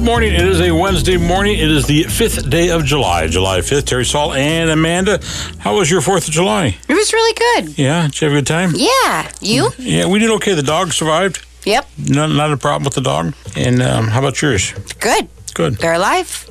morning. It is a Wednesday morning. It is the fifth day of July, July 5th. Terry Saul and Amanda, how was your 4th of July? It was really good. Yeah, did you have a good time? Yeah. You? Yeah, we did okay. The dog survived. Yep. Not, not a problem with the dog. And um, how about yours? Good. Good. They're alive.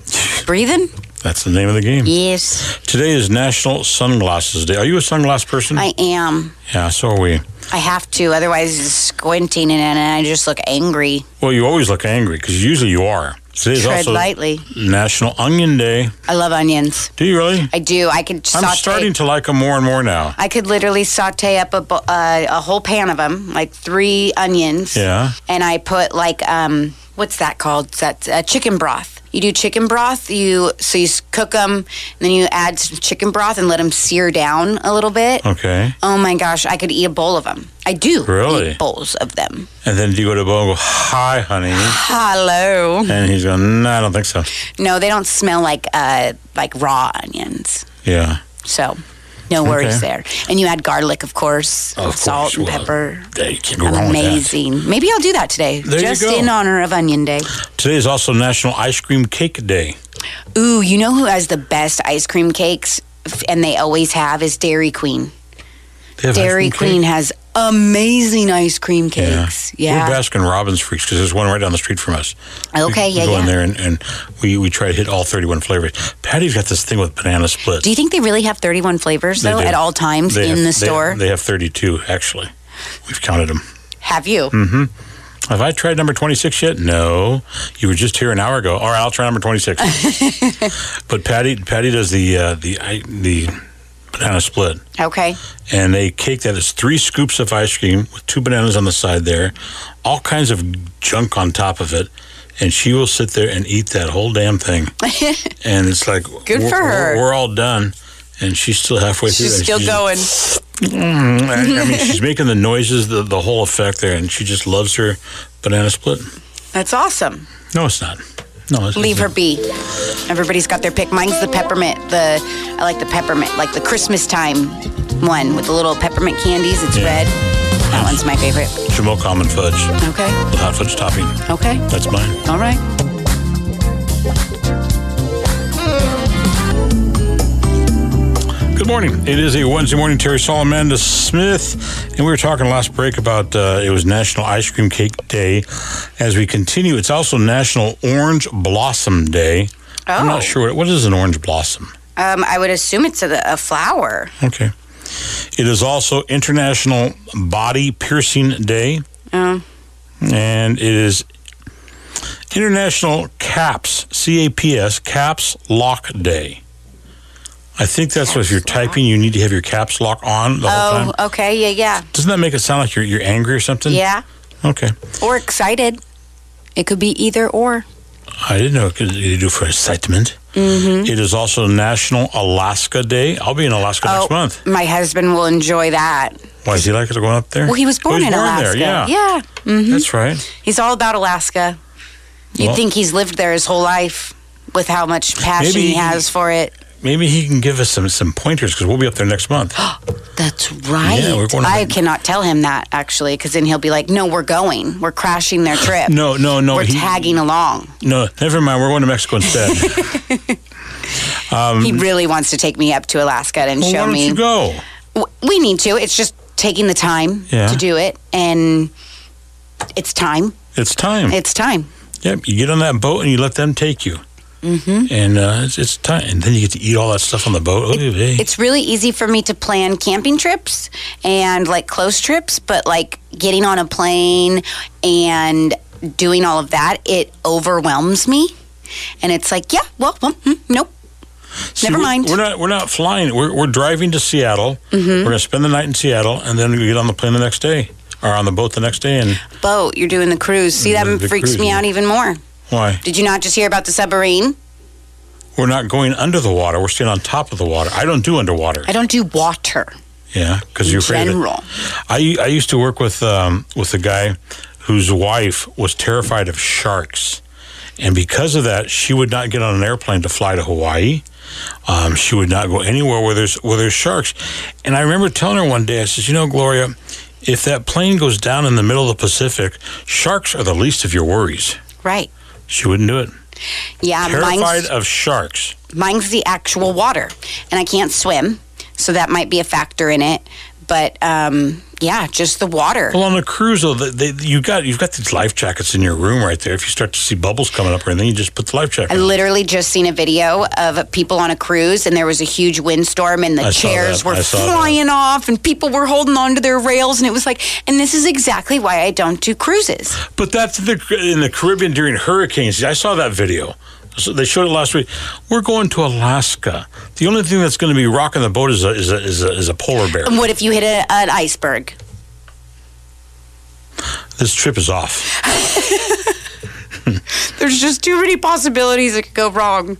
Breathing. That's the name of the game. Yes. Today is National Sunglasses Day. Are you a sunglass person? I am. yeah, so are we. I have to. Otherwise, it's squinting and, and I just look angry. Well, you always look angry because usually you are. Today's Tread also lightly. National Onion Day. I love onions. Do you really? I do. I could I'm saute. starting to like them more and more now. I could literally saute up a, bo- uh, a whole pan of them, like three onions. Yeah. And I put like um, what's that called? That's uh, chicken broth. You do chicken broth. You so you s- cook them, and then you add some chicken broth and let them sear down a little bit. Okay. Oh my gosh, I could eat a bowl of them. I do Really? eat bowls of them. And then do you go to Bo and go, hi, honey? Hello. And he's going, no, I don't think so. No, they don't smell like uh, like raw onions. Yeah. So, no worries there. And you add garlic, of course, Of salt course, and well, pepper. Yeah, you can't go wrong with that. Amazing. Maybe I'll do that today, There you just go. in honor of Onion Day. Today is also National Ice Cream Cake Day. Ooh, you know who has the best ice cream cakes, F- and they always have is Dairy Queen. They have ice cream Dairy cake? Queen has amazing ice cream Yeah. cakes. Yeah. We're Baskin Robbins freaks because there's one right down the street from us. Okay, we, yeah, We go in yeah. there and, and we, we try to hit all 31 flavors. Patty's got this thing with banana split. Do you think they really have 31 flavors They though do. at all times They in have- the they- store? They, have 32, actually. We've counted them. have you? Hmm. Have I tried number 26 yet? No. You were just here an hour ago. All right, I'll try number 26. but Patty Patty does the uh, the I- the banana split. Okay. And a cake that is three scoops of ice cream with two bananas on the side there, all kinds of junk on top of it. And she will sit there and eat that whole damn thing. and it's like, Good we're, for her. We're, we're all done. And she's still halfway through. She's and still going. I, I mean, she's making the noises, the, the whole effect there, and she just loves her banana split. That's awesome. No, it's not. No, it's Leave her it's- be. Everybody's got their pick. Mine's the peppermint. The I like the peppermint, like the Christmas time one with the little peppermint candies. It's Yeah. red. That one's my favorite. Jamoke almond fudge Okay. with hot fudge topping. Okay. That's mine. All right. Good morning. It is a Wednesday morning. Terry Saul, Amanda Smith, and we were talking last break about uh, it was National Ice Cream Cake Day. As we continue, it's also National Orange Blossom Day. I'm Oh. not sure what, what is an orange blossom. Um, I would assume it's a, a flower. Okay. It is also International Body Piercing Day. Oh. and it is International Caps C A P S Caps Lock Day. I think that's what if you're typing, you need to have your caps lock on the whole Oh. time. Okay. Yeah. Yeah. Doesn't that make it sound like you're you're angry or something? Yeah. Okay. Or excited. It could be either or. I didn't know it could you do for excitement. Mm-hmm. is also National Alaska Day. I'll be in Alaska next month. Oh, my husband will enjoy that. Why is he like to go up there? Well, he was born he's in Alaska. There. Yeah. yeah. Mm-hmm. That's right. He's all about Alaska. You'd Well- think he's lived there his whole life with how much passion Maybe he he- has for it. Maybe he can give us some, some pointers because we'll be up there next month. That's right. we're going to I the- cannot tell him that actually, because then he'll be like, "No, we're going. We're crashing their trip. No, no, no. we're he- tagging along." No, never mind. We're going to Mexico instead. he really wants to take me up to Alaska Um, and Well, show why don't me. you go? W- We need to. It's just taking the time Yeah. to do it, and it's time. It's time. It's time. yep, you get on that boat and you let them take you. Mm-hmm. And uh, it's, it's time. And then you get to eat all that stuff on the boat. Ooh, hey. It's really easy for me to plan camping trips and like close trips, but like getting on a plane and doing all of that, it overwhelms me. And it's like, yeah, well, well mm, nope. See, never we- mind. Mm-hmm. We're not. We're not flying. We're, we're driving to Seattle. We're going to spend the night in Seattle, and then we get on the plane the next day, or on the boat the next day. And Boat, you're doing the cruise. See, that The- the freaks cruise, me yeah. out even more. why? Did you not just hear about the submarine? We're not going under the water. We're staying on top of the water. I don't do underwater. I don't do water Yeah, because in you're afraid. Of it. general. I I used to work with um, with a guy whose wife was terrified of sharks, and because of that, she would not get on an airplane to fly to Hawaii. Um, she would not go anywhere where there's where there's sharks. And I remember telling her one day, I says, "You know, Gloria, if that plane goes down in the middle of the Pacific, sharks are the least of your worries." Right. She wouldn't do it. Yeah, Terrified mine's, of sharks. mine's the actual water, and I can't swim, so that might be a factor in it. But um, yeah, just the water. Well, on a cruise, though, they, they, you got you've got these life jackets in your room right there. If you start to see bubbles coming up or anything, you just put the life jacket. I on. literally just seen a video of people on a cruise, and there was a huge windstorm, and the I saw chairs that. were I saw that. flying off, and people were holding on to their rails, and it was like, and this is exactly why I don't do cruises. But that's the in the Caribbean during hurricanes. I saw that video. So they showed it last week. We're going to Alaska. The only thing that's going to be rocking the boat is a is a, is a, is a polar bear. And what if you hit a, an iceberg? This trip is off. There's just too many possibilities that could go wrong.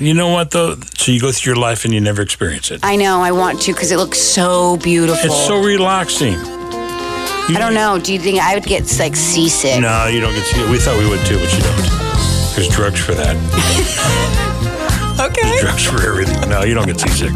You know what though? So you go through your life and you never experience it. I know I want to because it looks so beautiful. It's so relaxing. I don't know. Do you think I would get like seasick? No, you don't get to. We thought we would too, but you don't. There's drugs for that. Okay. Drugs for everything. No, you don't get seasick.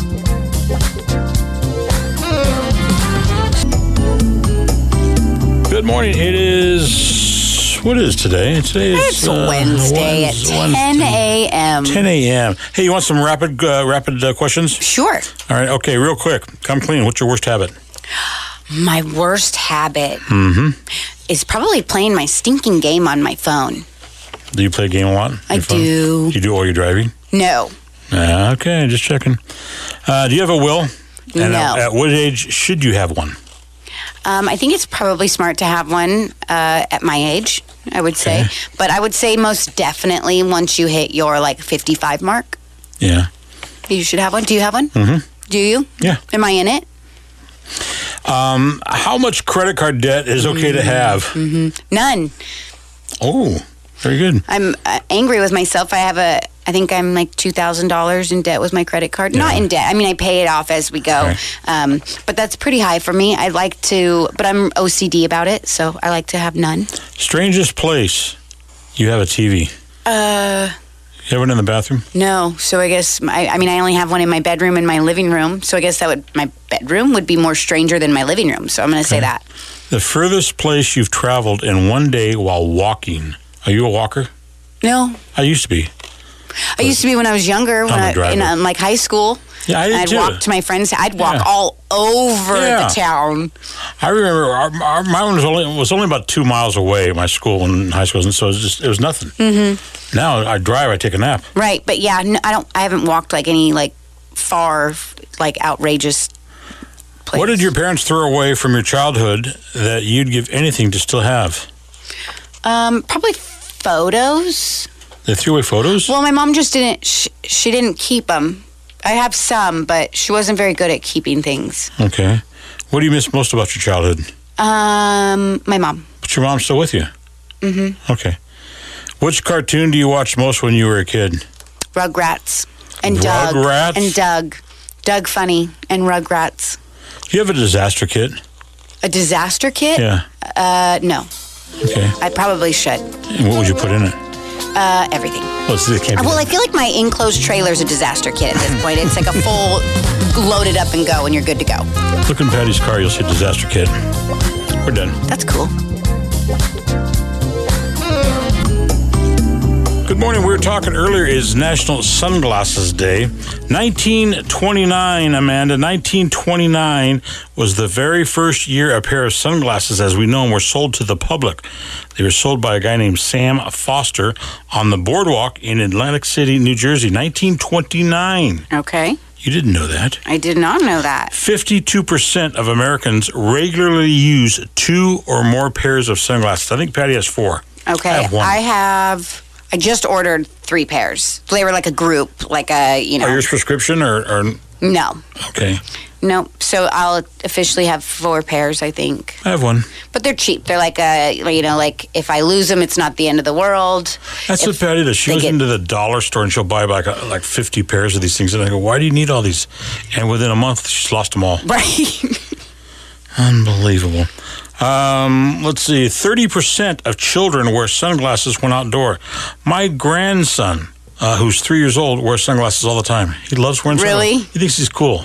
Good morning. It is what is today? Today is It's uh, Wednesday at Wednes- 10 a.m. 10 a.m. Hey, you want some rapid uh, rapid uh, questions? Sure. All right. Okay, real quick. Come clean. What's your worst habit? My worst habit is probably playing my stinking game on my phone. Do you play a game a lot? I Your phone? do. You do while you're driving? No. Uh, okay, just checking. Uh, do you have a will? And No. at, at what age should you have one? Um, I think it's probably smart to have one uh, at my age, I would say. But I would say most definitely once you hit your like 55 mark, Yeah. you should have one. Do you have one? Mm-hmm. Do you? Yeah. Am I in it? Um, How much credit card debt is okay to have? None. Oh, very good. I'm uh, angry with myself. I have a. I think I'm like two thousand dollars in debt with my credit card. Not in debt. I mean, I pay it off as we go. Right. Um, but that's pretty high for me. I like to, but I'm OCD about it, so I like to have none. Strangest place you have a TV. Uh, You have one in the bathroom? no. So I guess I, I mean I only have one in my bedroom and my living room. So I guess that would my bedroom would be more stranger than my living room. So I'm gonna say that. The furthest place you've traveled in one day while walking. Are you a walker? No, I used to be. I used to be when I was younger, when I'm a I, in driver. um, like high school. Yeah, I did I'd too. walk to my friends. I'd walk Yeah. all over Yeah. the town. I remember our, our, my one was only was only about two miles away. My school and high school, and so it was just it was nothing. Mm-hmm. Now I drive, I take a nap. Right, but yeah, no, I don't. I haven't walked like any like far, like outrageous. Place. What did your parents throw away from your childhood that you'd give anything to still have? um probably photos? They threw away photos. Well, my mom just didn't. She, she didn't keep them. I have some, but she wasn't very good at keeping things. Okay. What do you miss most about your childhood? Um, my mom. But your mom's still with you. Mm-hmm. Okay. Which cartoon do you watch most when you were a kid? Rugrats and Doug Rugrats? and Doug, Doug Funny and Rugrats. Do you have a disaster kit? A disaster kit? Yeah. Uh, no. Okay. I probably should. And what would you put in it? Uh, everything. Well, see, it can't be Well, I feel like my enclosed trailer's a disaster kit at this point. It's like a full load it up and go, and you're good to go. Look in Patty's car, you'll see disaster kit. We're done. That's cool. Good morning. We were talking earlier is National Sunglasses Day. 1929, Amanda, 1929 was the very first year a pair of sunglasses as we know them were sold to the public. They were sold by a guy named Sam Foster on the boardwalk in Atlantic City, New Jersey, 1929. Okay. You didn't know that. I did not know that. 52% of Americans regularly use two or more pairs of sunglasses. I think Patty has four. Okay. I have one. I have. I just ordered three pairs. They were like a group, like a, you know. Are yours prescription or, or no. okay? Nope. So I'll officially have four pairs, I think. I have one. But they're cheap. They're like a, you know, like if I lose them, it's not the end of the world. That's what Patty does. She they goes get- into the dollar store and she'll buy like uh, like fifty pairs of these things. And I go, "Why do you need all these?" And within a month, she's lost them all. Right. Unbelievable. Um, let's see. Thirty percent of children wear sunglasses when outdoor. My grandson, uh, who's three years old, wears sunglasses all the time. He loves wearing. Really? Sunglasses. He thinks he's cool.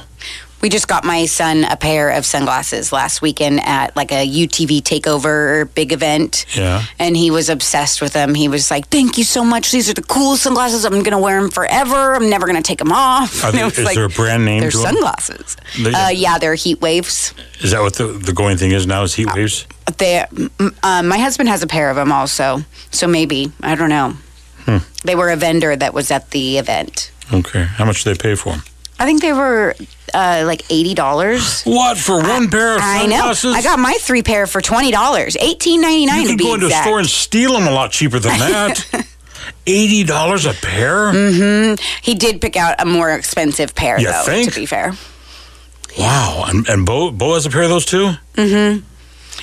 We just got my son a pair of sunglasses last weekend at like a UTV takeover big event. Yeah. And he was obsessed with them. He was like, "Thank you so much. These are the coolest sunglasses. I'm gonna wear them forever. I'm never gonna take them off." Are And they- I was is like, there a brand name They're to 'em? sunglasses. They- uh, yeah, they're heat waves. Is that what the, the going thing is now? Is heat Uh, waves? They, m- um, my husband has a pair of them also, so maybe I don't know. Hmm. They were a vendor that was at the event. Okay. How much do they pay for them? I think they were uh, like eighty dollars. What for one pair of I know. sunglasses? I got my three pair for twenty dollars, eighteen ninety nine. You can to be go into a exact. store and steal them a lot cheaper than that. Eighty dollars a pair? Mm. He did pick out a more expensive pair, You though. think? To be fair, Wow! And, and Bo Bo has a pair of those too.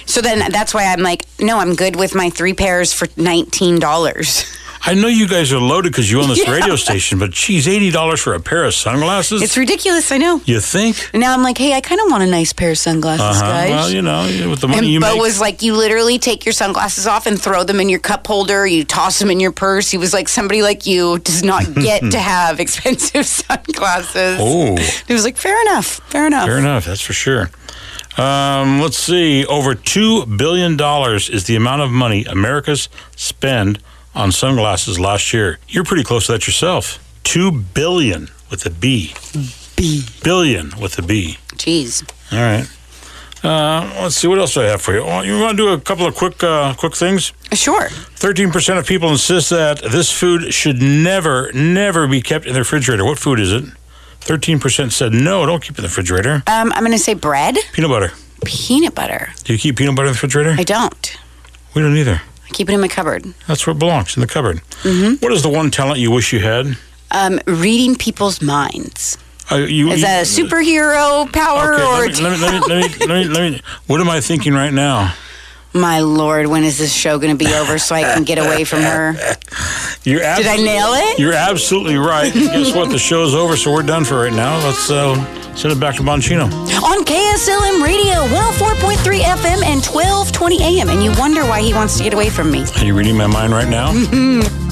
so then that's why I'm like, no, I'm good with my three pairs for nineteen dollars. I know you guys are loaded because you own this radio station, but geez, eighty dollars for a pair of sunglasses? It's ridiculous, I know. you think? And now I'm like, hey, I kind of want a nice pair of sunglasses, Uh-huh. guys. Well, you know, with the money And you Bo make, was like, you literally take your sunglasses off and throw them in your cup holder. You toss them in your purse. He was like, somebody like you does not get to have expensive sunglasses. Oh. He was like, fair enough, fair enough. fair enough. That's for sure. Um, let's see. Over two billion dollars is the amount of money America's spend on sunglasses last year. You're pretty close to that yourself. Two billion with a B. B. Billion with a B. Jeez. All right. Uh, let's see what else do I have for you. Oh, you want to do a couple of quick, uh, quick things? Sure. Thirteen percent of people insist that this food should never, never be kept in the refrigerator. What food is it? Thirteen percent said no, don't keep it in the refrigerator. Um, I'm going to say bread, Peanut butter. peanut butter. Do you keep peanut butter in the refrigerator? I don't. We don't either. I keep it in my cupboard. That's where it belongs in the cupboard. Mm-hmm. What is the one talent you wish you had? Um, reading people's minds. Uh, you, Is you- that a superhero power Okay, or? let me, let, me, let, me, let, me, let, me, let me. What am I thinking right now? my lord, when is this show going to be over so I can get away from her? You're Did I absolutely- nail it? You're absolutely right. Guess what? The show's over, so we're done for right now. Let's uh, send it back to Boncino. on KSLM Radio, 104.3 FM and 12:20 AM. And you wonder why he wants to get away from me. Are you reading my mind right now?